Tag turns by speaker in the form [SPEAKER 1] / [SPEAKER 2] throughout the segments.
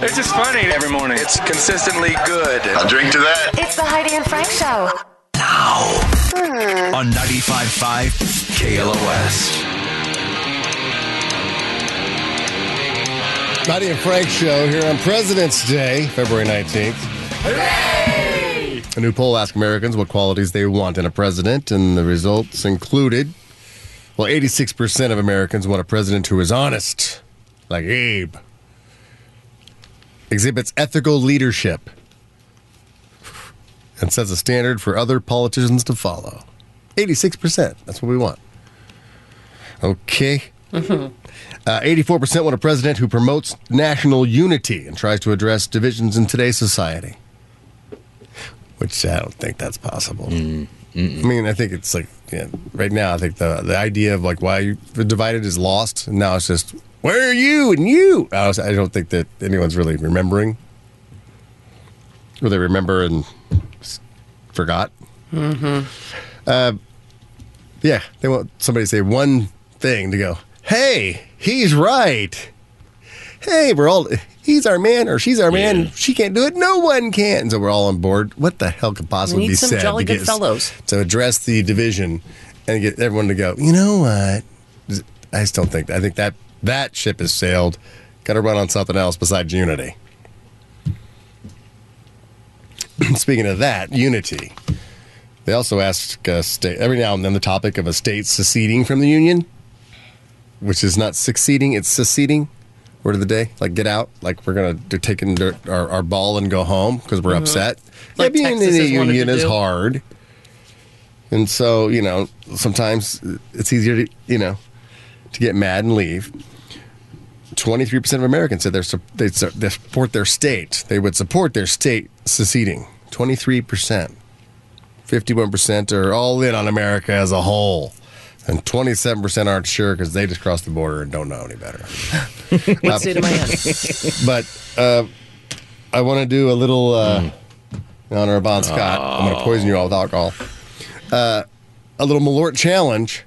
[SPEAKER 1] They're just funny every morning. It's consistently good.
[SPEAKER 2] I'll drink to that.
[SPEAKER 3] It's the Heidi and Frank Show.
[SPEAKER 4] on 95.5 KLOS.
[SPEAKER 5] Buddy and Frank show here on President's Day, February 19th. A new poll asked Americans what qualities they want in a president, and the results included well, 86% of Americans want a president who is honest, like Abe, exhibits ethical leadership, and sets a standard for other politicians to follow. 86%. That's what we want. Okay. Uh, 84% want a president who promotes national unity and tries to address divisions in today's society. Which I don't think that's possible. I mean, I think it's like, yeah, right now, I think the, the idea of like why you're divided is lost. And now it's just, where are you and you? I, was, I don't think that anyone's really remembering. Or they remember and s- forgot.
[SPEAKER 6] Mm-hmm.
[SPEAKER 5] Uh, Yeah, they want somebody to say one thing to go, hey, he's right. Hey, we're all, he's our man or she's our man. She can't do it. No one can. So we're all on board. What the hell could possibly
[SPEAKER 6] need
[SPEAKER 5] be
[SPEAKER 6] some
[SPEAKER 5] said?
[SPEAKER 6] jolly
[SPEAKER 5] to
[SPEAKER 6] good
[SPEAKER 5] get-
[SPEAKER 6] fellows.
[SPEAKER 5] To address the division and get everyone to go, you know what? I just don't think, I think that that ship has sailed. Got to run on something else besides unity. Speaking of that, unity. They also ask uh, state, every now and then the topic of a state seceding from the union, which is not succeeding, it's seceding. Word of the day, like get out, like we're gonna do taking their, our, our ball and go home because we're upset.
[SPEAKER 6] Mm-hmm. Like
[SPEAKER 5] yeah, being
[SPEAKER 6] Texas
[SPEAKER 5] in a
[SPEAKER 6] has wanted
[SPEAKER 5] union
[SPEAKER 6] to
[SPEAKER 5] is
[SPEAKER 6] do.
[SPEAKER 5] hard, and so you know sometimes it's easier to you know to get mad and leave. Twenty-three percent of Americans said they're, su- they, su- they support their state. They would support their state seceding. Twenty-three percent. 51% are all in on America as a whole. And 27% aren't sure because they just crossed the border and don't know any better.
[SPEAKER 6] What state am I in?
[SPEAKER 5] But uh, I want to do a little, uh, in honor of Bon Scott, I'm going to poison you all with alcohol. Uh, a little Malort challenge,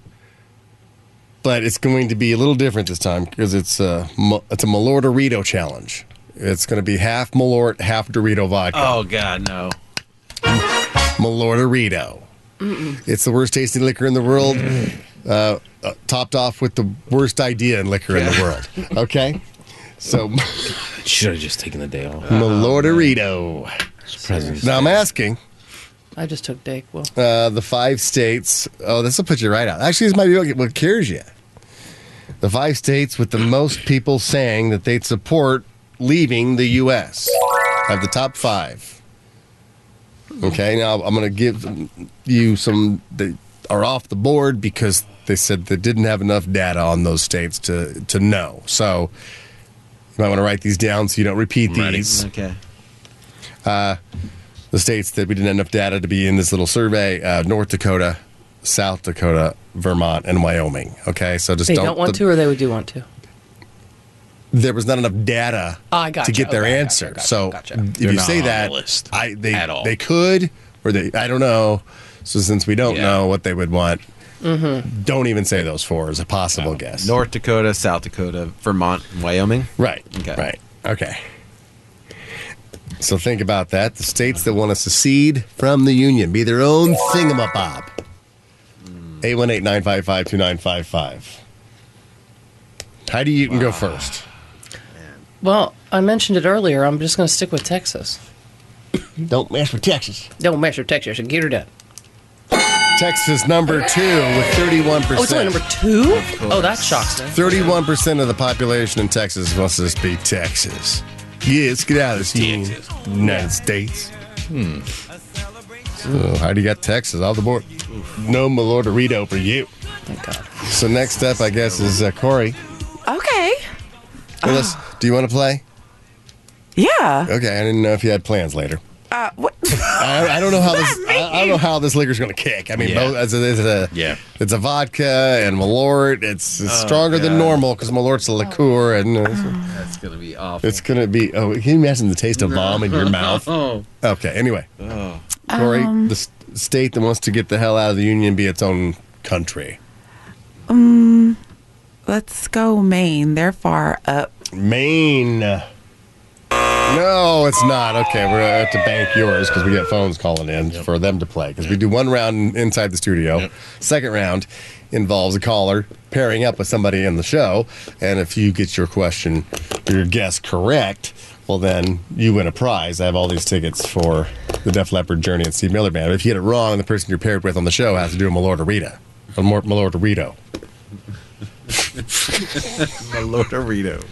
[SPEAKER 5] but it's going to be a little different this time because it's a, it's a Malort Dorito challenge. It's going to be half Malort, half Dorito vodka.
[SPEAKER 7] Oh God, no.
[SPEAKER 5] Malorderito. It's the worst tasting liquor in the world,
[SPEAKER 8] Mm.
[SPEAKER 5] uh, uh, topped off with the worst idea in liquor in the world. Okay? So,
[SPEAKER 8] Should have just taken the day off.
[SPEAKER 5] Malorderito.
[SPEAKER 8] It's President's
[SPEAKER 5] Now,
[SPEAKER 8] Day.
[SPEAKER 5] I'm asking
[SPEAKER 6] I just took Dake. Well,
[SPEAKER 5] uh, the five states. Oh, this will put you right out. Actually, this might be what- what cares you. The five states with the most people saying that they'd support leaving the U.S. have the top five. Okay, now I'm going to give you some that are off the board because they said they didn't have enough data on those states to to know. So you might want to write these down so you don't repeat these Uh,
[SPEAKER 7] Okay.
[SPEAKER 5] the states that we didn't have enough data to be in this little survey uh, North Dakota, South Dakota, Vermont, and Wyoming. Okay, so just
[SPEAKER 6] they
[SPEAKER 5] don't,
[SPEAKER 6] don't want to, or they would do want to.
[SPEAKER 5] There was not enough data
[SPEAKER 6] I
[SPEAKER 5] to
[SPEAKER 6] Oh, gotcha.
[SPEAKER 5] get their
[SPEAKER 6] Okay,
[SPEAKER 5] answer.
[SPEAKER 6] gotcha,
[SPEAKER 5] so
[SPEAKER 6] gotcha.
[SPEAKER 5] if
[SPEAKER 8] They're
[SPEAKER 5] you
[SPEAKER 8] not
[SPEAKER 5] say
[SPEAKER 8] on
[SPEAKER 5] that,
[SPEAKER 8] the list
[SPEAKER 5] I, they,
[SPEAKER 8] at all.
[SPEAKER 5] they could, or they, I don't know. So since we don't
[SPEAKER 8] Yeah.
[SPEAKER 5] know what they would want,
[SPEAKER 6] Mm-hmm.
[SPEAKER 5] don't even say those four as a possible guess.
[SPEAKER 7] North Dakota, South Dakota, Vermont, Wyoming.
[SPEAKER 5] Right.
[SPEAKER 7] Okay.
[SPEAKER 5] Right. Okay. So think about that. The states that want to secede from the union, be their own thingamabob.
[SPEAKER 8] Hmm.
[SPEAKER 5] 818 955 2955. Heidi, you can go first.
[SPEAKER 6] Well, I mentioned it earlier. I'm just going to stick with Texas.
[SPEAKER 5] Don't mess with Texas.
[SPEAKER 6] Don't mess with Texas and get her done.
[SPEAKER 5] Texas number two with 31%.
[SPEAKER 6] Oh, it's only number two? Oh, that shocks me.
[SPEAKER 5] 31% of the population in Texas wants this to be Texas. Yes, get out of this union. United States. Hmm. So, how do you got Texas off the board? No Malordorito for you.
[SPEAKER 6] Thank God.
[SPEAKER 5] So next up, I guess, is uh, Corey.
[SPEAKER 9] Okay.
[SPEAKER 5] Willis,
[SPEAKER 6] Ah.
[SPEAKER 5] do you want to play?
[SPEAKER 9] Yeah.
[SPEAKER 5] Okay, I didn't know if you had plans later.
[SPEAKER 9] Uh, what?
[SPEAKER 5] I, I don't know how this. I, I don't know how this liquor's going to kick. I mean,
[SPEAKER 8] Yeah.
[SPEAKER 5] both, it's, a, it's a
[SPEAKER 8] Yeah.
[SPEAKER 5] it's a vodka and Malort. It's, it's stronger than
[SPEAKER 7] God.
[SPEAKER 5] normal because Malort's a liqueur, and uh,
[SPEAKER 7] That's gonna be awful.
[SPEAKER 5] It's gonna be. Oh, can you imagine the taste of bomb in your mouth?
[SPEAKER 7] oh.
[SPEAKER 5] Okay. Anyway, Corey, the s- state that wants to get the hell out of the union be its own country.
[SPEAKER 9] Let's go Maine. They're far up.
[SPEAKER 5] Maine. No, it's not. Okay, we're gonna have to bank yours because we get phones calling in for them to play. Because we do one round inside the studio. Second round involves a caller pairing up with somebody in the show, and if you get your question, your guess correct, well then you win a prize. I have all these tickets for the Def Leppard Journey and Steve Miller Band. If you get it wrong, the person you're paired with on the show has to do a Malorderita. A Mor- Malorderito.
[SPEAKER 7] Lorderito.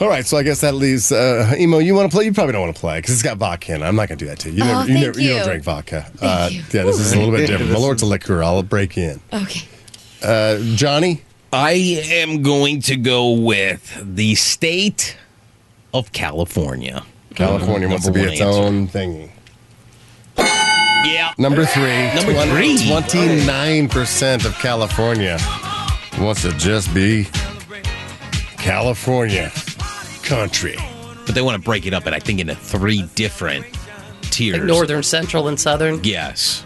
[SPEAKER 5] All right, so I guess that leaves uh, Emo. You want to play? You probably don't want to play because it's got vodka in it. I'm not going to do that to you. You,
[SPEAKER 2] Oh,
[SPEAKER 5] never,
[SPEAKER 2] thank
[SPEAKER 5] you, never, you. don't
[SPEAKER 2] you.
[SPEAKER 5] drink vodka. uh, Yeah, this is a little bit different. My lord's a liquor. I'll break in.
[SPEAKER 2] Okay.
[SPEAKER 5] Johnny,
[SPEAKER 8] I am going to go with the state of California.
[SPEAKER 5] California wants to be
[SPEAKER 8] Number
[SPEAKER 5] its
[SPEAKER 8] one answer.
[SPEAKER 5] own thingy.
[SPEAKER 8] Yeah.
[SPEAKER 5] Number three.
[SPEAKER 8] Number three.
[SPEAKER 5] Twenty-nine percent of California wants to just be California country.
[SPEAKER 8] But they want to break it up, and I think into three different tiers.
[SPEAKER 6] Like northern, central, and southern.
[SPEAKER 8] Yes.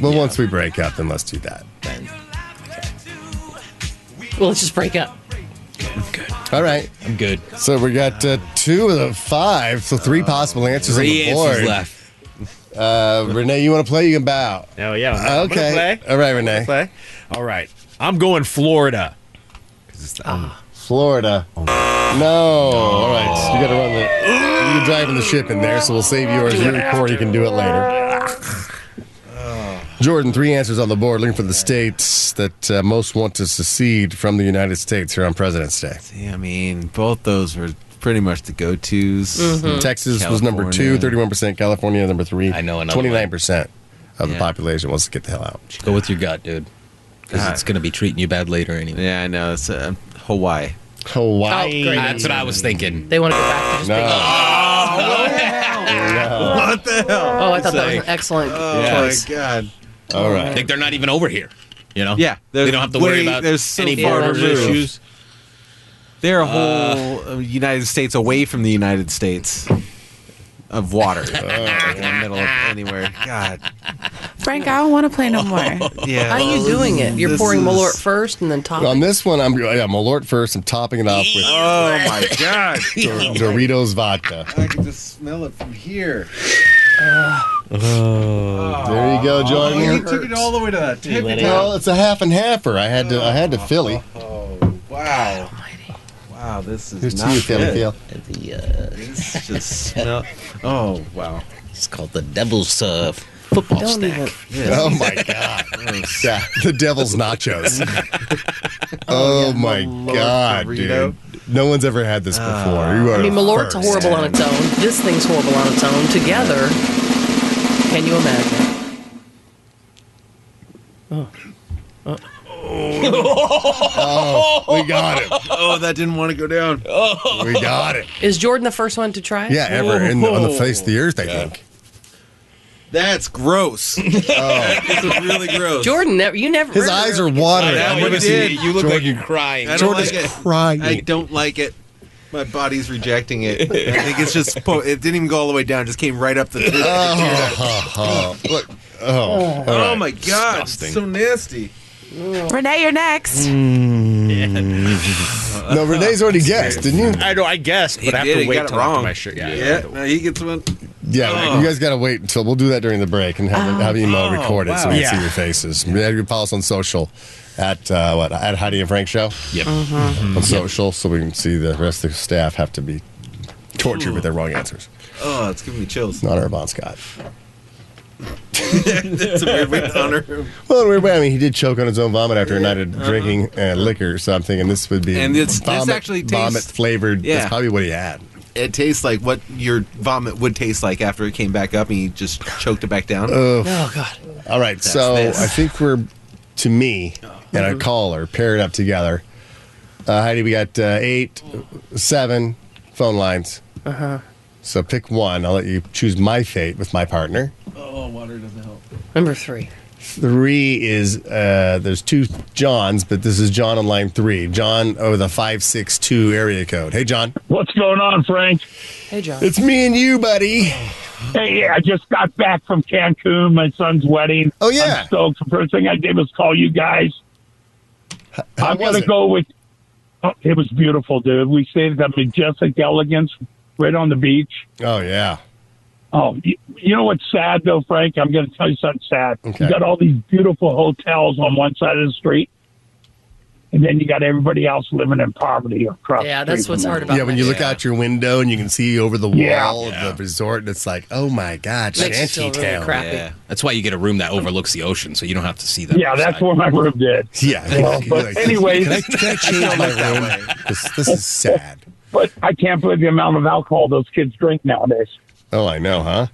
[SPEAKER 5] Well, once we break up, then let's do that.
[SPEAKER 8] Then-
[SPEAKER 6] Well, let's just break up.
[SPEAKER 5] All right.
[SPEAKER 8] I'm good.
[SPEAKER 5] So we got uh, two of the five, so three possible answers
[SPEAKER 8] Three
[SPEAKER 5] on the board.
[SPEAKER 8] answers left.
[SPEAKER 5] Uh, Renee, you want to play? You can bow.
[SPEAKER 3] Oh yeah. I'm gonna
[SPEAKER 5] Okay.
[SPEAKER 3] Play.
[SPEAKER 5] All right, Renee.
[SPEAKER 3] Play. All right. I'm going Florida.
[SPEAKER 8] ah.
[SPEAKER 5] Florida.
[SPEAKER 8] Oh.
[SPEAKER 5] No. All right. So you got to run the. You're driving the ship in there, so we'll save yours. You record. You can do it later. Jordan, three answers on the board. Looking for the states that uh, most want to secede from the United States here on President's Day.
[SPEAKER 7] Yeah, I mean, both those were pretty much the go-tos.
[SPEAKER 5] Mm-hmm. Texas was number two,
[SPEAKER 7] California.
[SPEAKER 5] 31%. California, number three.
[SPEAKER 8] Hmm. I know another one.
[SPEAKER 5] 29% of the
[SPEAKER 7] Yeah.
[SPEAKER 5] population wants to get the hell out.
[SPEAKER 8] Go with your gut, dude. Because it's going to be treating you bad later anyway.
[SPEAKER 7] Yeah, I know. It's uh, Hawaii.
[SPEAKER 6] Oh,
[SPEAKER 5] Hawaii.
[SPEAKER 6] great.
[SPEAKER 8] That's what I was thinking.
[SPEAKER 6] They want to go back to just being.
[SPEAKER 5] No.
[SPEAKER 7] What the hell?
[SPEAKER 6] Oh, I thought that was an excellent
[SPEAKER 5] Oh.
[SPEAKER 6] choice.
[SPEAKER 7] Oh, my god.
[SPEAKER 5] All right.
[SPEAKER 8] Like they're not even over here. You know?
[SPEAKER 7] Yeah,
[SPEAKER 8] They don't have to worry
[SPEAKER 7] way-
[SPEAKER 8] about
[SPEAKER 7] there's so
[SPEAKER 8] any
[SPEAKER 7] far
[SPEAKER 8] border
[SPEAKER 7] removed.
[SPEAKER 8] issues.
[SPEAKER 7] They're a whole uh, United States away from the United States of water, like in the middle of anywhere. God,
[SPEAKER 9] Frank, I don't want to play no more.
[SPEAKER 7] yeah.
[SPEAKER 6] How are you doing it? You're
[SPEAKER 7] This
[SPEAKER 6] pouring
[SPEAKER 7] is-
[SPEAKER 6] Malort first and then top.
[SPEAKER 5] On this one, I'm yeah, Malort first. I'm topping it off with
[SPEAKER 7] Oh my god!
[SPEAKER 5] Doritos vodka.
[SPEAKER 7] I can just smell it from here.
[SPEAKER 5] There you go,
[SPEAKER 7] Oh,
[SPEAKER 5] Jordan.
[SPEAKER 7] you took it all the way to that tip
[SPEAKER 5] well, it's a half and halfer. I had to. I had to Philly.
[SPEAKER 7] Oh wow! Wow, this is
[SPEAKER 5] Here's to
[SPEAKER 7] not
[SPEAKER 5] you, Philly.
[SPEAKER 7] good.
[SPEAKER 5] Phil.
[SPEAKER 8] The, uh,
[SPEAKER 7] This just smell. Oh wow!
[SPEAKER 8] it's called the Devil's uh, football
[SPEAKER 6] Don't
[SPEAKER 8] stack.
[SPEAKER 6] even.
[SPEAKER 5] Oh my god. yeah, the devil's nachos. oh my god, dude.
[SPEAKER 7] burrito.
[SPEAKER 5] No one's ever had this before.
[SPEAKER 7] Ah.
[SPEAKER 5] You are
[SPEAKER 6] I mean, Malort's
[SPEAKER 5] first.
[SPEAKER 6] horrible on its own. This thing's horrible on its own. Together, can you imagine?
[SPEAKER 5] We got it.
[SPEAKER 7] Oh, that didn't want to go down.
[SPEAKER 5] We got it.
[SPEAKER 6] Is Jordan the first one to try it?
[SPEAKER 5] Yeah, ever in the, on the face of the earth, I think.
[SPEAKER 7] That's gross. This is really gross.
[SPEAKER 6] Jordan, never, you never.
[SPEAKER 5] His eyes are watering.
[SPEAKER 7] That
[SPEAKER 5] I've
[SPEAKER 7] one
[SPEAKER 5] never
[SPEAKER 7] did.
[SPEAKER 5] seen-
[SPEAKER 8] You look like
[SPEAKER 5] Jordan-
[SPEAKER 8] you're crying.
[SPEAKER 7] I don't
[SPEAKER 5] Jordan's
[SPEAKER 7] like it.
[SPEAKER 5] crying.
[SPEAKER 7] I don't like it. My body's rejecting it. I think it's just po- it didn't even go all the way down; it just came right up the. tip.
[SPEAKER 5] Oh, look. Oh, all
[SPEAKER 7] oh
[SPEAKER 5] right.
[SPEAKER 7] my god! it's So nasty.
[SPEAKER 9] Renee, you're next.
[SPEAKER 5] No, Renee's already guessed, didn't you?
[SPEAKER 3] I know. I guessed, but I have
[SPEAKER 7] did,
[SPEAKER 3] to
[SPEAKER 7] he
[SPEAKER 3] wait
[SPEAKER 7] got it
[SPEAKER 3] till after
[SPEAKER 7] wrong.
[SPEAKER 3] my shirt. Yeah.
[SPEAKER 7] Yeah, now he gets one.
[SPEAKER 5] Yeah, you guys got to wait until we'll do that during the break and have,
[SPEAKER 7] Oh,
[SPEAKER 5] have email recorded so we can
[SPEAKER 3] wow.
[SPEAKER 5] see
[SPEAKER 3] Yeah.
[SPEAKER 5] your faces. Yeah, you can follow us on social at uh, what at Heidi and Frank Show
[SPEAKER 8] Yep.
[SPEAKER 5] on social so we can see the rest of the staff have to be tortured with their wrong answers.
[SPEAKER 7] Oh, it's giving me chills.
[SPEAKER 5] Not our Bon Scott.
[SPEAKER 7] It's a weird way to honor him.
[SPEAKER 5] Well, we're, I mean, he did choke on his own vomit after a night of drinking uh, liquor, so I'm thinking this would be
[SPEAKER 7] Uh-huh. And it's- this
[SPEAKER 5] vomit,
[SPEAKER 7] actually tastes-
[SPEAKER 5] vomit flavored.
[SPEAKER 7] Yeah.
[SPEAKER 5] That's probably what he had.
[SPEAKER 7] It tastes like what your vomit would taste like after it came back up, and he just choked it back down.
[SPEAKER 5] Uh,
[SPEAKER 6] Oh God.
[SPEAKER 5] All right, so
[SPEAKER 7] this.
[SPEAKER 5] I think we're to me and a caller paired up together. Uh, Heidi, we got uh, eight, seven phone lines. Uh huh. So pick one. I'll let you choose my fate with my partner.
[SPEAKER 6] Number three.
[SPEAKER 5] Three is uh, there's two Johns, but this is John on line three. John over the five six two area code. Hey, John,
[SPEAKER 10] What's going on, Frank?
[SPEAKER 6] Hey, John.
[SPEAKER 5] it's me and you, buddy.
[SPEAKER 10] Hey, I just got back from Cancun, my son's wedding.
[SPEAKER 5] Oh yeah,
[SPEAKER 10] So the first thing I did was call you guys.
[SPEAKER 5] How
[SPEAKER 10] I'm
[SPEAKER 5] was
[SPEAKER 10] gonna
[SPEAKER 5] it?
[SPEAKER 10] go with. Oh, it was beautiful, dude. We stayed at the Majestic Elegance right on the beach.
[SPEAKER 5] Oh yeah.
[SPEAKER 10] Oh, you, you know what's sad though, Frank? I'm going to tell you something sad.
[SPEAKER 5] Okay.
[SPEAKER 10] You got all these beautiful hotels on one side of the street, and then you got everybody else living in poverty across.
[SPEAKER 6] Yeah,
[SPEAKER 10] the
[SPEAKER 6] that's
[SPEAKER 10] street
[SPEAKER 6] what's
[SPEAKER 10] from
[SPEAKER 6] hard
[SPEAKER 10] them.
[SPEAKER 6] about
[SPEAKER 5] Oh, yeah, when you look out your window and you can see over the wall
[SPEAKER 10] Yeah.
[SPEAKER 5] of the resort, and it's like, oh my god,
[SPEAKER 6] Makes you feel
[SPEAKER 5] shanty
[SPEAKER 6] really
[SPEAKER 5] town.
[SPEAKER 6] crappy.
[SPEAKER 8] Yeah. That's why you get a room that overlooks the ocean, so you don't have to see that.
[SPEAKER 10] Yeah, that's what my room did.
[SPEAKER 5] Yeah.
[SPEAKER 10] Well,
[SPEAKER 5] You're
[SPEAKER 10] but
[SPEAKER 5] like,
[SPEAKER 10] anyways-
[SPEAKER 5] can I, can I change my room? This, this is sad.
[SPEAKER 10] But I can't believe the amount of alcohol those kids drink nowadays.
[SPEAKER 5] Oh, I know, huh?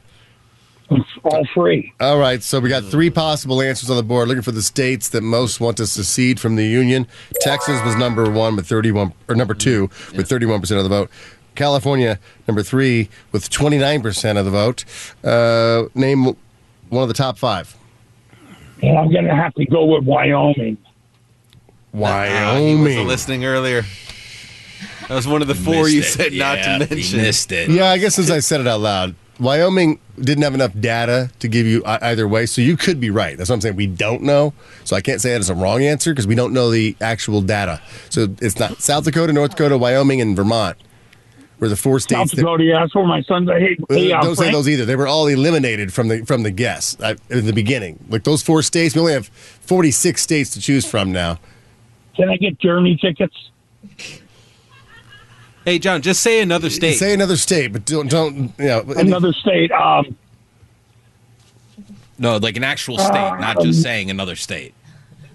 [SPEAKER 10] It's all free.
[SPEAKER 5] All right, so we got three possible answers on the board. Looking for the states that most want to secede from the union. Texas was number one with thirty-one, or number two with thirty-one percent of the vote. California, number three with twenty-nine percent of the vote. Uh, name one of the top five.
[SPEAKER 10] And I'm going to have to go with
[SPEAKER 7] He
[SPEAKER 10] Wyoming.
[SPEAKER 5] Wyoming.
[SPEAKER 7] wasn't listening earlier. That was one of the four you said not to mention.
[SPEAKER 8] You missed it.
[SPEAKER 5] Yeah, I guess since I said it out loud, Wyoming didn't have enough data to give you ei- either way, so you could be right. That's what I'm saying. We don't know, so I can't say that as a wrong answer because we don't know the actual data. So it's not South Dakota, North Dakota, Wyoming, and Vermont were the four
[SPEAKER 10] South
[SPEAKER 5] states that.
[SPEAKER 10] Dakota, yeah, that's where my son's. Hey,
[SPEAKER 5] Uh,
[SPEAKER 10] hey, uh,
[SPEAKER 5] don't say
[SPEAKER 10] Frank,
[SPEAKER 5] those either. They were all eliminated from the from the guess uh, in the beginning. Like those four states, we only have 46 states to choose from now.
[SPEAKER 10] can I get Germany tickets?
[SPEAKER 7] Hey, John, just say another state.
[SPEAKER 5] Say another state, but don't don't you know any-
[SPEAKER 10] Another state. Um,
[SPEAKER 8] No, like an actual state, not just saying another state.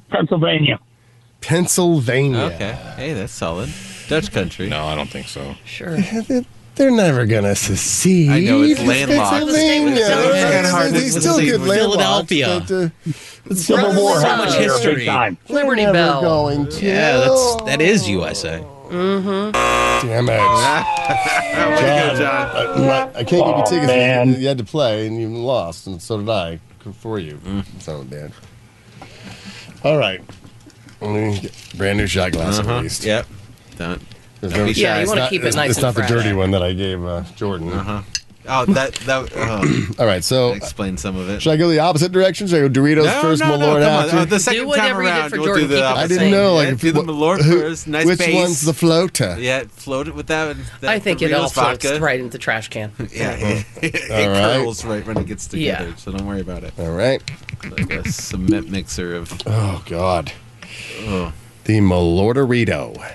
[SPEAKER 10] Pennsylvania.
[SPEAKER 5] Pennsylvania.
[SPEAKER 7] okay. Hey, that's solid. Dutch country.
[SPEAKER 8] No, I don't think so.
[SPEAKER 6] Sure.
[SPEAKER 5] They're never gonna secede.
[SPEAKER 7] I know, it's landlocked.
[SPEAKER 5] Pennsylvania.
[SPEAKER 6] It's
[SPEAKER 7] still kinda hard to
[SPEAKER 5] They still
[SPEAKER 7] secede
[SPEAKER 5] get
[SPEAKER 7] with
[SPEAKER 5] landlocked.
[SPEAKER 8] Philadelphia.
[SPEAKER 5] but, uh,
[SPEAKER 10] Civil
[SPEAKER 5] Right.
[SPEAKER 10] War.
[SPEAKER 5] So
[SPEAKER 10] happened
[SPEAKER 8] much
[SPEAKER 10] there big
[SPEAKER 8] history.
[SPEAKER 10] time.
[SPEAKER 6] Liberty
[SPEAKER 5] never
[SPEAKER 6] Bell.
[SPEAKER 5] Going to.
[SPEAKER 8] Yeah, that's that is USA.
[SPEAKER 5] Damn it. John, I, my- I can't give you
[SPEAKER 10] Oh,
[SPEAKER 5] tickets.
[SPEAKER 10] man.
[SPEAKER 5] You had to play and you lost, and so did I for you. So bad. All right. Let me get Brand new shot glass at least.
[SPEAKER 7] Yep. Don't.
[SPEAKER 5] There's
[SPEAKER 7] Don't be
[SPEAKER 5] it's
[SPEAKER 7] shy. Yeah,
[SPEAKER 6] you wanna
[SPEAKER 5] not-
[SPEAKER 6] keep it
[SPEAKER 5] it's-
[SPEAKER 6] nice
[SPEAKER 5] It's
[SPEAKER 6] and
[SPEAKER 5] not the
[SPEAKER 6] fresh.
[SPEAKER 5] dirty one that I gave uh, Jordan.
[SPEAKER 7] Oh, that that oh,
[SPEAKER 5] All right, so
[SPEAKER 7] explains some of it.
[SPEAKER 5] should I go the opposite direction? Should I go Doritos first, Malort
[SPEAKER 7] come on.
[SPEAKER 5] after?
[SPEAKER 7] Oh, the second time
[SPEAKER 6] whatever you did
[SPEAKER 7] around,
[SPEAKER 6] for
[SPEAKER 7] we'll
[SPEAKER 6] Jordan,
[SPEAKER 7] do
[SPEAKER 6] keep
[SPEAKER 7] the
[SPEAKER 6] it the
[SPEAKER 5] I
[SPEAKER 7] opposite.
[SPEAKER 5] didn't
[SPEAKER 6] same.
[SPEAKER 5] know. Like,
[SPEAKER 7] Yeah, do the
[SPEAKER 5] wh-
[SPEAKER 7] Malort
[SPEAKER 5] who-
[SPEAKER 7] first. Nice
[SPEAKER 5] Which
[SPEAKER 7] base.
[SPEAKER 5] one's the floater?
[SPEAKER 7] Yeah, float it with that. that
[SPEAKER 6] I think it
[SPEAKER 7] Doritos
[SPEAKER 6] all floats
[SPEAKER 7] vodka.
[SPEAKER 6] right into the trash can.
[SPEAKER 7] Yeah, it
[SPEAKER 5] All right.
[SPEAKER 7] curls Uh-huh. right when it gets together,
[SPEAKER 6] Yeah.
[SPEAKER 7] so don't worry about it.
[SPEAKER 5] All right.
[SPEAKER 7] Like a cement mixer of
[SPEAKER 5] Oh God.
[SPEAKER 7] Oh.
[SPEAKER 5] The Malorderito.
[SPEAKER 6] Oh,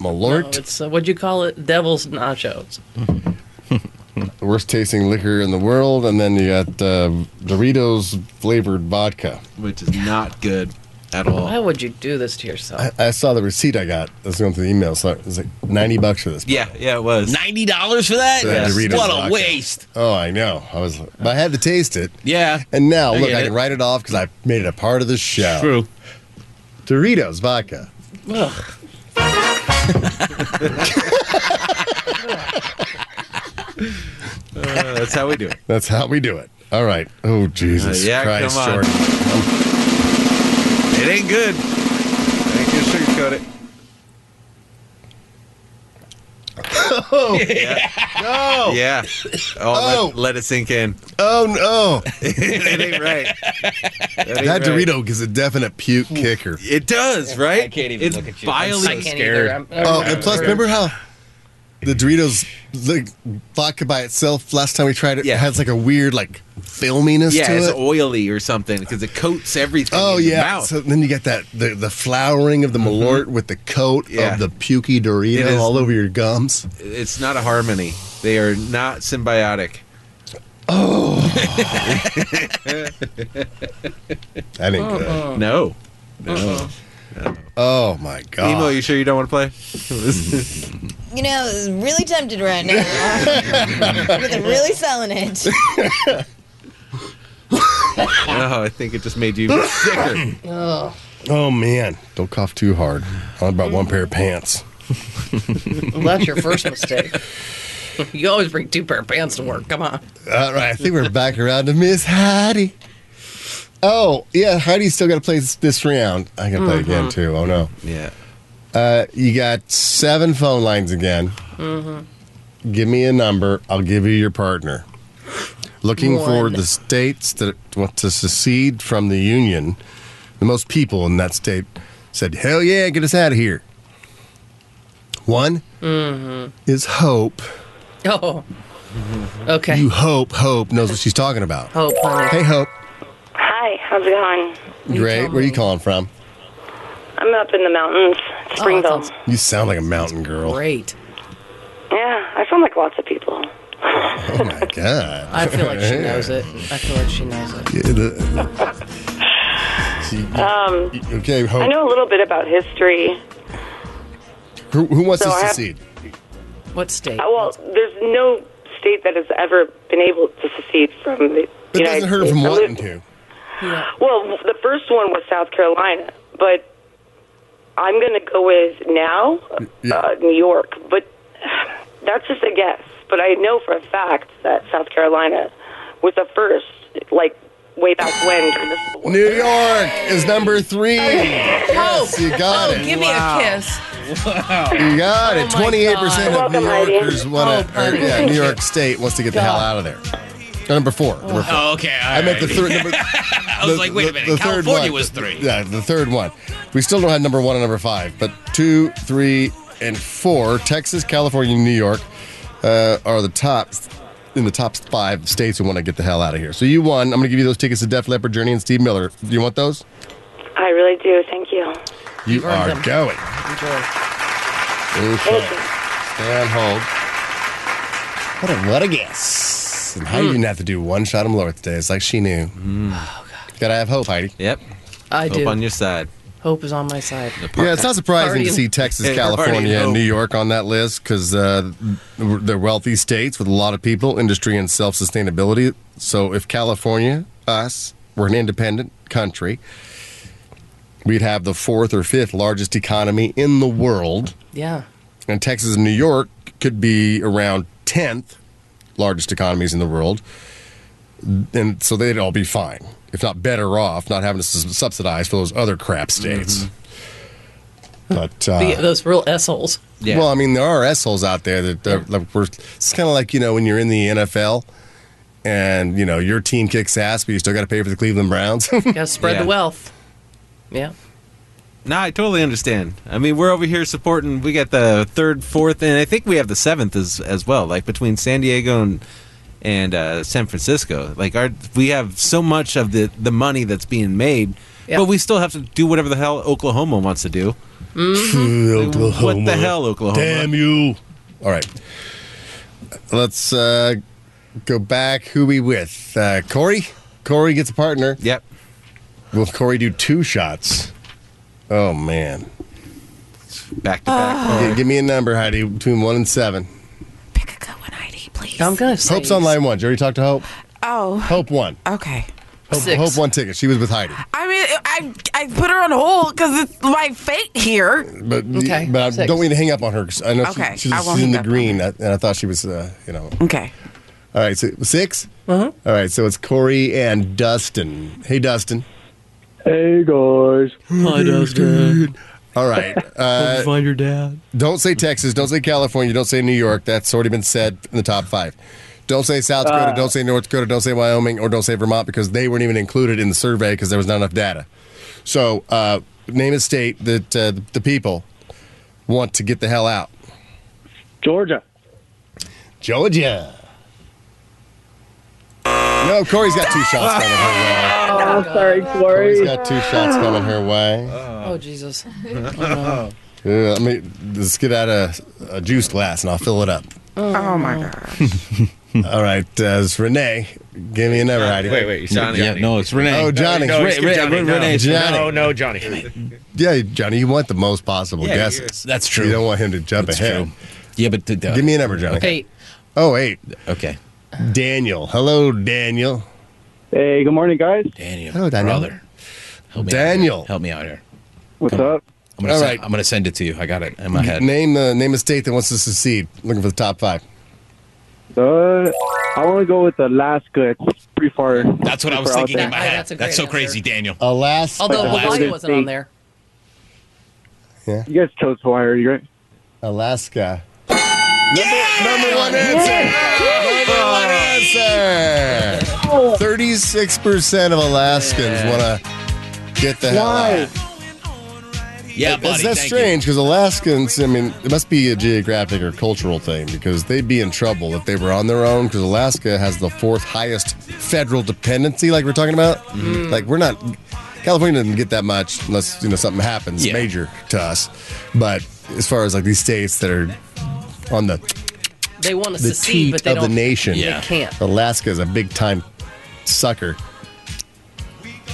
[SPEAKER 5] Malort,
[SPEAKER 6] it's uh, what'd you call it? Devil's nachos.
[SPEAKER 5] the worst tasting liquor in the world, and then you got uh, Doritos flavored vodka.
[SPEAKER 7] which is not good at
[SPEAKER 6] Why
[SPEAKER 7] all.
[SPEAKER 6] would you do this to yourself?
[SPEAKER 5] I, I saw the receipt I got. I was going through the email. So it was like ninety bucks for this.
[SPEAKER 7] Yeah, yeah, it was.
[SPEAKER 8] Ninety dollars for that?
[SPEAKER 5] For that Doritos
[SPEAKER 8] What a
[SPEAKER 5] vodka.
[SPEAKER 8] waste.
[SPEAKER 5] Oh, I know. I was, but I had to taste it.
[SPEAKER 8] Yeah.
[SPEAKER 5] And now,
[SPEAKER 8] I
[SPEAKER 5] look,
[SPEAKER 8] get
[SPEAKER 5] I
[SPEAKER 8] it.
[SPEAKER 5] can write it off because I made it a part of the show.
[SPEAKER 8] True.
[SPEAKER 5] Doritos vodka.
[SPEAKER 6] Ugh.
[SPEAKER 7] Uh, that's how we do it.
[SPEAKER 5] That's how we do it. All right. Oh Jesus
[SPEAKER 7] Uh, yeah,
[SPEAKER 5] Christ,
[SPEAKER 7] come on.
[SPEAKER 5] Jordan.
[SPEAKER 7] It ain't good. Ain't gonna sugarcoat it. Oh, yeah. No. Yeah. Oh,
[SPEAKER 5] Oh.
[SPEAKER 7] Let, let it sink in.
[SPEAKER 5] Oh no,
[SPEAKER 7] it ain't right. That, ain't
[SPEAKER 5] that
[SPEAKER 7] right.
[SPEAKER 5] Dorito is a definite puke kicker.
[SPEAKER 7] It does, right?
[SPEAKER 8] I can't even
[SPEAKER 7] it's
[SPEAKER 8] look at you. I'm
[SPEAKER 7] Biley.
[SPEAKER 8] so
[SPEAKER 6] I can't
[SPEAKER 8] scared.
[SPEAKER 6] either. I'm, I'm
[SPEAKER 5] Oh, and plus, remember how the Doritos the vodka by itself last time we tried it
[SPEAKER 7] Yeah.
[SPEAKER 5] has like a weird like filminess
[SPEAKER 7] yeah,
[SPEAKER 5] to
[SPEAKER 7] it's
[SPEAKER 5] it.
[SPEAKER 7] oily or something because it coats everything.
[SPEAKER 5] Oh
[SPEAKER 7] in your
[SPEAKER 5] yeah.
[SPEAKER 7] mouth. Mm-hmm.
[SPEAKER 5] So then you get that the, the flowering of the malort with the coat
[SPEAKER 7] Yeah.
[SPEAKER 5] of the pukey
[SPEAKER 7] It
[SPEAKER 5] Dorito
[SPEAKER 7] is-
[SPEAKER 5] all over your gums.
[SPEAKER 7] it's not a harmony. They are not symbiotic.
[SPEAKER 5] That ain't good.
[SPEAKER 7] No.
[SPEAKER 5] Oh my
[SPEAKER 8] Ah.
[SPEAKER 5] god.
[SPEAKER 7] Emo, you sure you don't want to play?
[SPEAKER 2] You know, it's really tempted right now. but they're really selling it.
[SPEAKER 7] No, Oh, I think it just made you sicker.
[SPEAKER 5] oh man. Don't cough too hard. I brought one pair of pants.
[SPEAKER 6] Well, that's your first mistake. you always bring two pair of pants to work. Come on.
[SPEAKER 5] All right, I think we're back around to Miss Heidi. Oh, yeah, Heidi's still got to play this, this round. I got to play
[SPEAKER 6] Mm-hmm.
[SPEAKER 5] again, too. Oh, no.
[SPEAKER 7] Yeah.
[SPEAKER 5] Uh, you got seven phone lines again.
[SPEAKER 6] Mm-hmm.
[SPEAKER 5] Give me a number. I'll give you your partner. Looking for
[SPEAKER 6] One.
[SPEAKER 5] the states that want to secede from the union. The most people in that state said, "Hell yeah, get us out of here." One
[SPEAKER 6] Mm-hmm.
[SPEAKER 5] is hope.
[SPEAKER 6] Oh, okay. Oh,
[SPEAKER 5] You hope, hope knows what she's talking about.
[SPEAKER 6] Hope, honey.
[SPEAKER 5] Hey, Hope.
[SPEAKER 11] Hi, how's it going?
[SPEAKER 5] Great. Where are you calling from?
[SPEAKER 11] I'm up in the mountains,
[SPEAKER 8] Oh,
[SPEAKER 11] Springville.
[SPEAKER 5] You sound like a mountain girl.
[SPEAKER 6] Oh, Great.
[SPEAKER 11] yeah, I sound like lots of people.
[SPEAKER 5] Oh my god.
[SPEAKER 6] I feel like she
[SPEAKER 5] Yeah.
[SPEAKER 6] knows it. I feel like she knows it.
[SPEAKER 5] Yeah, the- See,
[SPEAKER 11] Um,
[SPEAKER 5] okay,
[SPEAKER 11] I
[SPEAKER 5] Hope.
[SPEAKER 11] know a little bit about history. Uh,
[SPEAKER 5] Who, who wants
[SPEAKER 11] So
[SPEAKER 5] us
[SPEAKER 11] I
[SPEAKER 5] to
[SPEAKER 11] have-
[SPEAKER 5] secede?
[SPEAKER 6] What state?
[SPEAKER 11] Uh, well, there's no state that has ever been able to secede from the
[SPEAKER 5] It
[SPEAKER 11] United
[SPEAKER 5] doesn't hurt
[SPEAKER 11] States.
[SPEAKER 5] from
[SPEAKER 11] I
[SPEAKER 5] wanting
[SPEAKER 11] live-
[SPEAKER 5] to.
[SPEAKER 11] Well, the first one was South Carolina, but I'm going to go with now uh, New York. But that's just a guess. But I know for a fact that South Carolina was the first, like way back when. during the Civil War.
[SPEAKER 5] New York is number three. Yes, you got
[SPEAKER 6] oh,
[SPEAKER 5] it.
[SPEAKER 6] give me a kiss.
[SPEAKER 5] You got it.
[SPEAKER 6] Oh, my
[SPEAKER 5] Twenty-eight percent
[SPEAKER 6] God.
[SPEAKER 5] of New
[SPEAKER 6] You're welcome,
[SPEAKER 5] Yorkers want to.
[SPEAKER 6] Oh, honey.
[SPEAKER 5] yeah, New York State wants to get the hell out of there. Number four. Number four.
[SPEAKER 8] Oh, okay. all
[SPEAKER 5] I meant the
[SPEAKER 8] right.
[SPEAKER 5] third. Number,
[SPEAKER 8] I was like, wait a minute. California was three.
[SPEAKER 5] Yeah, the third one. We still don't have number one and number five, but two, three, and four. Texas, California, and New York uh, are the top in the top five states who want to get the hell out of here. So you won. I'm going to give you those tickets to Def Leppard, Journey, and Steve Miller. Do you want those?
[SPEAKER 11] I really do. Thank you.
[SPEAKER 5] You are
[SPEAKER 6] them.
[SPEAKER 5] going.
[SPEAKER 6] Enjoy.
[SPEAKER 5] Okay. Stay on hold. What a what a guess. And Heidi didn't have to do one shot of Lord today. It's like she knew. Oh, Gotta have hope, Heidi.
[SPEAKER 7] Yep.
[SPEAKER 6] I
[SPEAKER 7] Hope
[SPEAKER 6] do.
[SPEAKER 7] on your side.
[SPEAKER 6] Hope is on my side.
[SPEAKER 5] Yeah, it's not surprising
[SPEAKER 6] Party
[SPEAKER 5] to
[SPEAKER 6] and-
[SPEAKER 5] see Texas,
[SPEAKER 7] Yeah, party and
[SPEAKER 5] California, and
[SPEAKER 7] hope.
[SPEAKER 5] New York on that list because uh, they're wealthy states with a lot of people, industry, and self sustainability. So if California, us, were an independent country, we'd have the fourth or fifth largest economy in the world.
[SPEAKER 6] Yeah.
[SPEAKER 5] and Texas and New York could be around 10th largest economies in the world. And so they'd all be fine, if not better off, not having to s- subsidize for those other crap states. But, uh,
[SPEAKER 6] The- those real assholes.
[SPEAKER 7] Yeah.
[SPEAKER 5] well, I mean, there are assholes out there that, that, that were, it's kind of like, you know, when you're in the NFL and, you know, your team kicks ass, but you still got to pay for the Cleveland Browns.
[SPEAKER 6] Gotta spread
[SPEAKER 7] Yeah.
[SPEAKER 6] the wealth. Yeah.
[SPEAKER 7] No, I totally understand. I mean, we're over here supporting. We got the third, fourth, and I think we have the seventh as as well. Like between San Diego and and uh, San Francisco, like our we have so much of the the money that's being made,
[SPEAKER 6] Yeah.
[SPEAKER 7] but we still have to do whatever the hell Oklahoma wants to do. Mm-hmm. What the hell, Oklahoma?
[SPEAKER 5] Damn you. All right. Let's uh, go back. Who we with? Uh, Corey? Corey gets a partner.
[SPEAKER 7] Yep.
[SPEAKER 5] Will Corey do two shots? Oh, man.
[SPEAKER 7] Back Oh, to back.
[SPEAKER 8] Ah.
[SPEAKER 5] G- give me a number, Heidi, between one and seven.
[SPEAKER 9] Pick a good one, Heidi, please.
[SPEAKER 6] I'm gonna say
[SPEAKER 5] Hope's on line one. Jerry talked to Hope.
[SPEAKER 9] Oh,
[SPEAKER 5] Hope won.
[SPEAKER 9] okay.
[SPEAKER 5] Hope,
[SPEAKER 6] Six.
[SPEAKER 5] Hope won ticket. She was with Heidi.
[SPEAKER 9] I mean, I I put her on hold because it's my fate here.
[SPEAKER 5] But,
[SPEAKER 6] Okay,
[SPEAKER 5] but I
[SPEAKER 6] six.
[SPEAKER 5] don't mean to hang up on her 'cause I know she-
[SPEAKER 9] Okay,
[SPEAKER 5] she's,
[SPEAKER 9] I won't
[SPEAKER 5] she's
[SPEAKER 9] hang
[SPEAKER 5] in the
[SPEAKER 9] up on
[SPEAKER 5] green, I- and I thought she was, uh, you know.
[SPEAKER 9] Okay.
[SPEAKER 5] All right, so 6
[SPEAKER 6] Uh-huh.
[SPEAKER 5] All right, so it's Corey and Dustin. Hey, Dustin.
[SPEAKER 10] Hey guys.
[SPEAKER 6] Hi, Dustin.
[SPEAKER 5] All right. Uh,
[SPEAKER 6] Find your dad.
[SPEAKER 5] Don't say Texas. Don't say California. Don't say New York. That's already been said in the top five. Don't say South Dakota.
[SPEAKER 6] Uh.
[SPEAKER 5] don't say North Dakota. Don't say Wyoming. Or don't say Vermont because they weren't even included in the survey because there was not enough data. So uh, name a state that uh, the people want to get the hell out.
[SPEAKER 10] Georgia.
[SPEAKER 5] Georgia. No, Corey's got two shots coming her way.
[SPEAKER 10] I'm sorry,
[SPEAKER 5] Corey's
[SPEAKER 10] Corey.
[SPEAKER 5] got two shots coming her way.
[SPEAKER 6] Oh Jesus.
[SPEAKER 5] Yeah, let me let's get out a, a juice glass and I'll fill it up.
[SPEAKER 9] Oh my god.
[SPEAKER 5] All right, uh, it's Renee. Give me a number, Heidi.
[SPEAKER 8] Wait, wait, Johnny. Yeah, no, it's Renee.
[SPEAKER 5] Oh, Johnny.
[SPEAKER 8] No, it's
[SPEAKER 5] Re- Re-
[SPEAKER 8] Johnny. No.
[SPEAKER 5] Renee. Johnny.
[SPEAKER 3] No, no, Johnny.
[SPEAKER 5] Yeah, Johnny, you want the most possible
[SPEAKER 8] Yeah,
[SPEAKER 5] guesses.
[SPEAKER 8] That's
[SPEAKER 5] You don't
[SPEAKER 8] true.
[SPEAKER 5] want him to jump
[SPEAKER 8] That's
[SPEAKER 5] ahead.
[SPEAKER 8] true. Yeah, but the,
[SPEAKER 5] Give me a number, Johnny.
[SPEAKER 6] Eight.
[SPEAKER 5] Oh, eight.
[SPEAKER 8] Okay,
[SPEAKER 5] Daniel. Hello, Daniel.
[SPEAKER 10] Hey, good morning, guys.
[SPEAKER 8] Daniel.
[SPEAKER 5] Hello, Daniel.
[SPEAKER 8] Brother. Help me Out
[SPEAKER 5] Daniel.
[SPEAKER 8] here. Help me out here.
[SPEAKER 10] What's
[SPEAKER 8] Come on.
[SPEAKER 10] up?
[SPEAKER 8] I'm gonna,
[SPEAKER 5] All
[SPEAKER 8] send,
[SPEAKER 5] right.
[SPEAKER 8] I'm gonna send it to you. I got it in my head.
[SPEAKER 5] Name the name a state that wants to secede. Looking for the top five.
[SPEAKER 10] Uh, I want to go with Alaska. It's pretty far.
[SPEAKER 8] That's what I was
[SPEAKER 10] Pretty
[SPEAKER 8] thinking
[SPEAKER 10] far out there.
[SPEAKER 8] in my
[SPEAKER 6] Yeah,
[SPEAKER 8] head.
[SPEAKER 6] that's a great
[SPEAKER 8] That's so
[SPEAKER 6] answer.
[SPEAKER 8] crazy, Daniel.
[SPEAKER 5] Alaska.
[SPEAKER 6] Although
[SPEAKER 10] Alaska
[SPEAKER 6] Hawaii wasn't on
[SPEAKER 10] State.
[SPEAKER 6] there.
[SPEAKER 10] You guys chose Hawaii, right?
[SPEAKER 5] Alaska. Number, number one answer. Number one answer. Thirty-six percent of Alaskans want to get the hell
[SPEAKER 10] Why?
[SPEAKER 5] out.
[SPEAKER 8] Yeah,
[SPEAKER 5] That's,
[SPEAKER 8] buddy.
[SPEAKER 5] that's
[SPEAKER 8] thank
[SPEAKER 5] strange because Alaskans, I mean, it must be a geographic or cultural thing because they'd be in trouble if they were on their own because Alaska has the fourth highest federal dependency, like we're talking about.
[SPEAKER 8] Mm.
[SPEAKER 5] Like, we're not, California doesn't get that much unless, you know, something happens major to us. But as far as like these states that are on the,
[SPEAKER 6] They want us
[SPEAKER 5] the
[SPEAKER 6] to see,
[SPEAKER 5] teat
[SPEAKER 6] but they
[SPEAKER 5] of the
[SPEAKER 6] don't.
[SPEAKER 5] nation,
[SPEAKER 6] They can't.
[SPEAKER 5] Alaska is a big time sucker.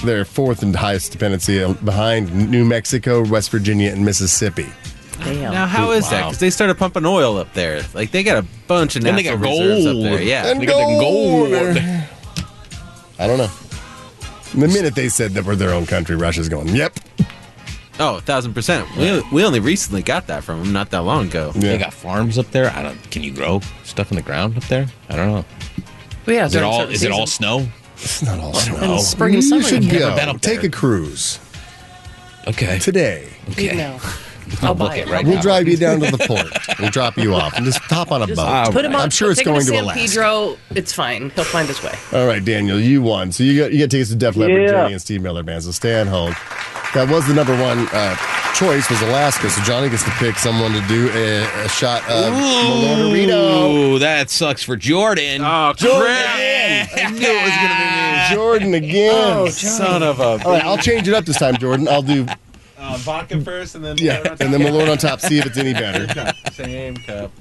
[SPEAKER 5] They're fourth and highest dependency uh, behind New Mexico, West Virginia, and Mississippi.
[SPEAKER 7] Now, how is that? 'Cause that? Because they started pumping oil up there. Like they got a bunch of
[SPEAKER 8] And they
[SPEAKER 7] natural
[SPEAKER 8] got
[SPEAKER 7] reserves up
[SPEAKER 8] gold.
[SPEAKER 7] there. Yeah,
[SPEAKER 8] And They got the gold. gold.
[SPEAKER 5] I don't know. The minute they said that we're their own country, Russia's going, yep.
[SPEAKER 7] Oh, a thousand percent. We, we only recently got that from them not that long ago.
[SPEAKER 8] They got farms up there. I don't. Can you grow stuff in the ground up there? I don't know.
[SPEAKER 6] But yeah,
[SPEAKER 8] Is it
[SPEAKER 6] during
[SPEAKER 8] all?
[SPEAKER 6] certain
[SPEAKER 8] Is it all
[SPEAKER 6] seasons.
[SPEAKER 8] snow?
[SPEAKER 5] It's not all
[SPEAKER 8] snow.
[SPEAKER 6] And spring and summer,
[SPEAKER 5] You should
[SPEAKER 6] you can't.
[SPEAKER 5] go.
[SPEAKER 8] Never been up
[SPEAKER 5] Take a cruise.
[SPEAKER 8] Okay.
[SPEAKER 5] Today.
[SPEAKER 6] You know.
[SPEAKER 8] I'll book it right
[SPEAKER 5] we'll
[SPEAKER 8] now.
[SPEAKER 5] drive you down to the port. We'll drop you off and just hop on a boat.
[SPEAKER 6] Just put him on.
[SPEAKER 5] I'm sure it's
[SPEAKER 6] take him
[SPEAKER 5] going to
[SPEAKER 6] to San
[SPEAKER 5] Alaska.
[SPEAKER 6] Pedro. It's fine. He'll find his way.
[SPEAKER 5] All right, Daniel, you won. So you got you got tickets to Def Leppard,
[SPEAKER 6] Yeah.
[SPEAKER 5] Johnny, and Steve Miller Band. So stay on hold. That was the number one uh, choice was Alaska. So Johnny gets to pick someone to do a, a shot of Malorito.
[SPEAKER 8] Ooh, that sucks for Jordan. Oh,
[SPEAKER 5] Jordan!
[SPEAKER 8] I knew it was gonna be me.
[SPEAKER 5] Jordan again.
[SPEAKER 8] Oh, Johnny. son of a-
[SPEAKER 5] All right, I'll change it up this time, Jordan. I'll do
[SPEAKER 7] Uh, vodka first, and then
[SPEAKER 5] yeah, and then Malort on top. See if it's any better.
[SPEAKER 7] Same cup.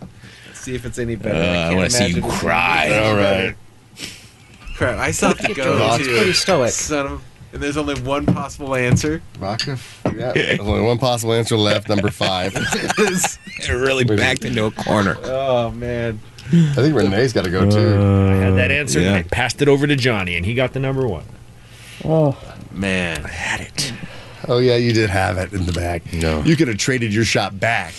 [SPEAKER 7] Let's see if it's any
[SPEAKER 8] Uh,
[SPEAKER 7] better.
[SPEAKER 8] I, want to see you cry.
[SPEAKER 5] All right.
[SPEAKER 7] Crap! I still have to go
[SPEAKER 5] Vodka.
[SPEAKER 7] to
[SPEAKER 5] Pretty stoic.
[SPEAKER 7] Son of, and there's only one possible answer.
[SPEAKER 5] Vodka. Yeah, there's only one possible answer left. Number five.
[SPEAKER 8] It really backed into a corner.
[SPEAKER 7] Oh man.
[SPEAKER 5] I think Renee's got to go too.
[SPEAKER 3] I had that answer.
[SPEAKER 8] Uh, yeah.
[SPEAKER 3] And I passed it over to Johnny, and he got the number one.
[SPEAKER 5] Oh
[SPEAKER 7] man, I
[SPEAKER 5] had it. Oh yeah, you did have it in the back. No, you could have traded your shot back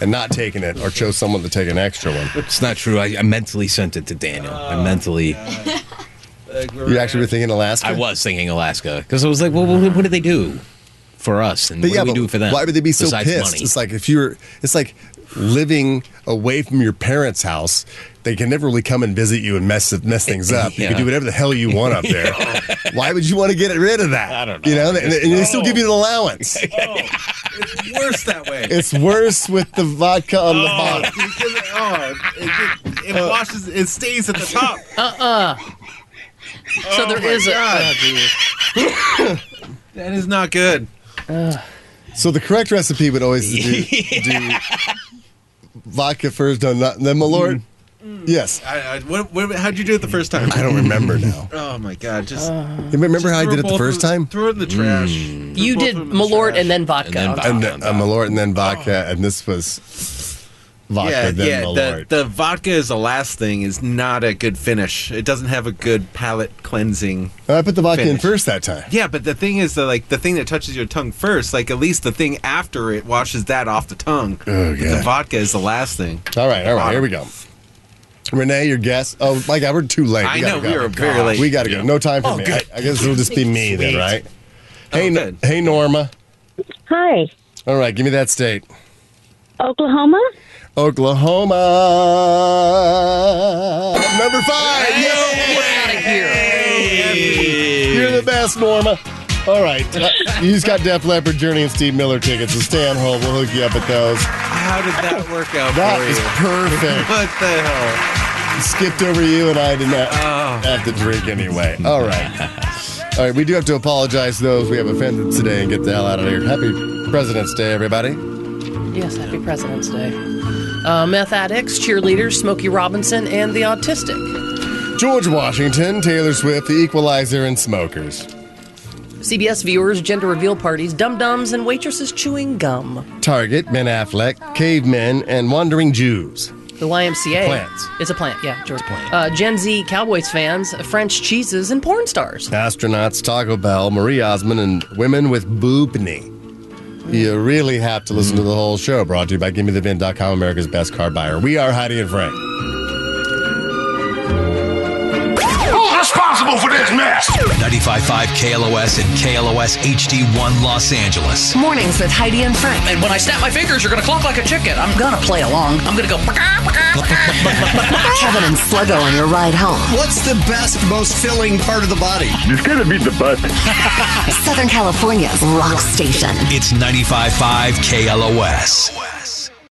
[SPEAKER 5] and not taken it, or chose someone to take an extra one.
[SPEAKER 8] It's not true. I, I mentally sent it to Daniel. I mentally.
[SPEAKER 5] You actually were thinking Alaska.
[SPEAKER 8] I was thinking Alaska because I was like, well, what, what do they do for us, and
[SPEAKER 5] But
[SPEAKER 8] what
[SPEAKER 5] yeah,
[SPEAKER 8] do we
[SPEAKER 5] but
[SPEAKER 8] do for them?
[SPEAKER 5] Why would they be so
[SPEAKER 8] besides
[SPEAKER 5] pissed?
[SPEAKER 8] money?
[SPEAKER 5] It's like if you're, it's like living away from your parents' house. They can never really come and visit you and mess mess things up. You
[SPEAKER 8] Yeah.
[SPEAKER 5] can do whatever the hell you want up there. Why would you want to get rid of that? I don't know. You know, and, and they still give you an allowance.
[SPEAKER 7] It's worse that way.
[SPEAKER 5] it's worse with the vodka on the
[SPEAKER 7] Oh,
[SPEAKER 5] bottom.
[SPEAKER 7] because it, oh, it, it, it washes. It stays at the top.
[SPEAKER 6] Uh uh So there is a.
[SPEAKER 7] that is not good.
[SPEAKER 5] So the correct recipe would always do, do vodka first, then not- then my lord.
[SPEAKER 7] Mm.
[SPEAKER 5] Yes.
[SPEAKER 7] I, I, what, what, how'd you do it the first time?
[SPEAKER 5] I don't remember now.
[SPEAKER 7] Oh my god! Just
[SPEAKER 6] Uh,
[SPEAKER 5] You remember how I
[SPEAKER 7] throw
[SPEAKER 5] did it the
[SPEAKER 7] both
[SPEAKER 5] first
[SPEAKER 7] of them-
[SPEAKER 5] time? Hmm.
[SPEAKER 7] Throw it in the trash.
[SPEAKER 6] You did Malort and then vodka. on top.
[SPEAKER 5] And then, uh, Malort and then vodka, and this was vodka,
[SPEAKER 7] yeah,
[SPEAKER 5] then
[SPEAKER 7] yeah. The,
[SPEAKER 5] Malort.
[SPEAKER 7] the vodka is the last thing. Is not a good finish. It doesn't have a good palate cleansing.
[SPEAKER 5] I put the vodka in
[SPEAKER 7] finish.
[SPEAKER 5] first that time.
[SPEAKER 7] Yeah, but the thing is that like the thing that touches your tongue first, like at least the thing after it washes that off the tongue.
[SPEAKER 5] Oh,
[SPEAKER 7] The
[SPEAKER 5] God.
[SPEAKER 7] vodka is the last thing.
[SPEAKER 5] All right, all right, here we go. Renee, your guess. Oh, my God, we're too late.
[SPEAKER 7] I
[SPEAKER 5] gotta
[SPEAKER 7] know,
[SPEAKER 5] go.
[SPEAKER 7] we were very late. Oh,
[SPEAKER 5] We got to go. No time for me. I, I guess it'll just be me then,
[SPEAKER 7] Sweet.
[SPEAKER 5] right?
[SPEAKER 7] Oh,
[SPEAKER 5] Hey, no, hey, Norma.
[SPEAKER 12] Hi,
[SPEAKER 5] All right, give me that state.
[SPEAKER 12] Oklahoma.
[SPEAKER 5] Oklahoma. Number five. You're the best, Norma. All right. Uh, you just got Def Leppard, Journey, and Steve Miller tickets, so stay on hold. We'll hook you up at those.
[SPEAKER 7] How did that work out
[SPEAKER 5] That
[SPEAKER 7] for
[SPEAKER 5] is
[SPEAKER 7] you?
[SPEAKER 5] perfect.
[SPEAKER 7] what the hell?
[SPEAKER 5] Skipped over you, and I did not have to drink anyway. All right. All right, we do have to apologize to those we have offended today and get the hell out of here. Happy President's Day, everybody.
[SPEAKER 6] Yes, happy President's Day. Uh, meth addicts, cheerleaders, Smokey Robinson, and the autistic.
[SPEAKER 5] George Washington, Taylor Swift, The Equalizer, and Smokers.
[SPEAKER 6] CBS viewers, gender reveal parties, dum dums, and waitresses chewing gum.
[SPEAKER 5] Target, Ben Affleck, Cavemen, and Wandering Jews.
[SPEAKER 6] The YMCA.
[SPEAKER 5] Plants.
[SPEAKER 6] It's a plant, yeah, George. Uh, Gen Z Cowboys fans, French cheeses, and porn stars.
[SPEAKER 5] Astronauts, Taco Bell, Marie Osmond, and Women with Boobney. You really have to listen to the whole show brought to you by GimmeTheVin.com, America's best car buyer. We are Heidi and Frank.
[SPEAKER 1] Who's responsible
[SPEAKER 8] responsible for this mess. 95.5 KLOS and KLOS HD1 Los Angeles.
[SPEAKER 13] Mornings with Heidi and Frank.
[SPEAKER 6] And when I snap my fingers, you're going to clomp like a chicken. I'm going to play along. I'm going to go. "Baka, baka, baka."
[SPEAKER 13] Kevin and Sluggo on your ride home.
[SPEAKER 14] What's the best, most filling part of the body?
[SPEAKER 10] It's gonna be the butt.
[SPEAKER 13] Southern California's rock station.
[SPEAKER 8] It's 95.5 KLOS.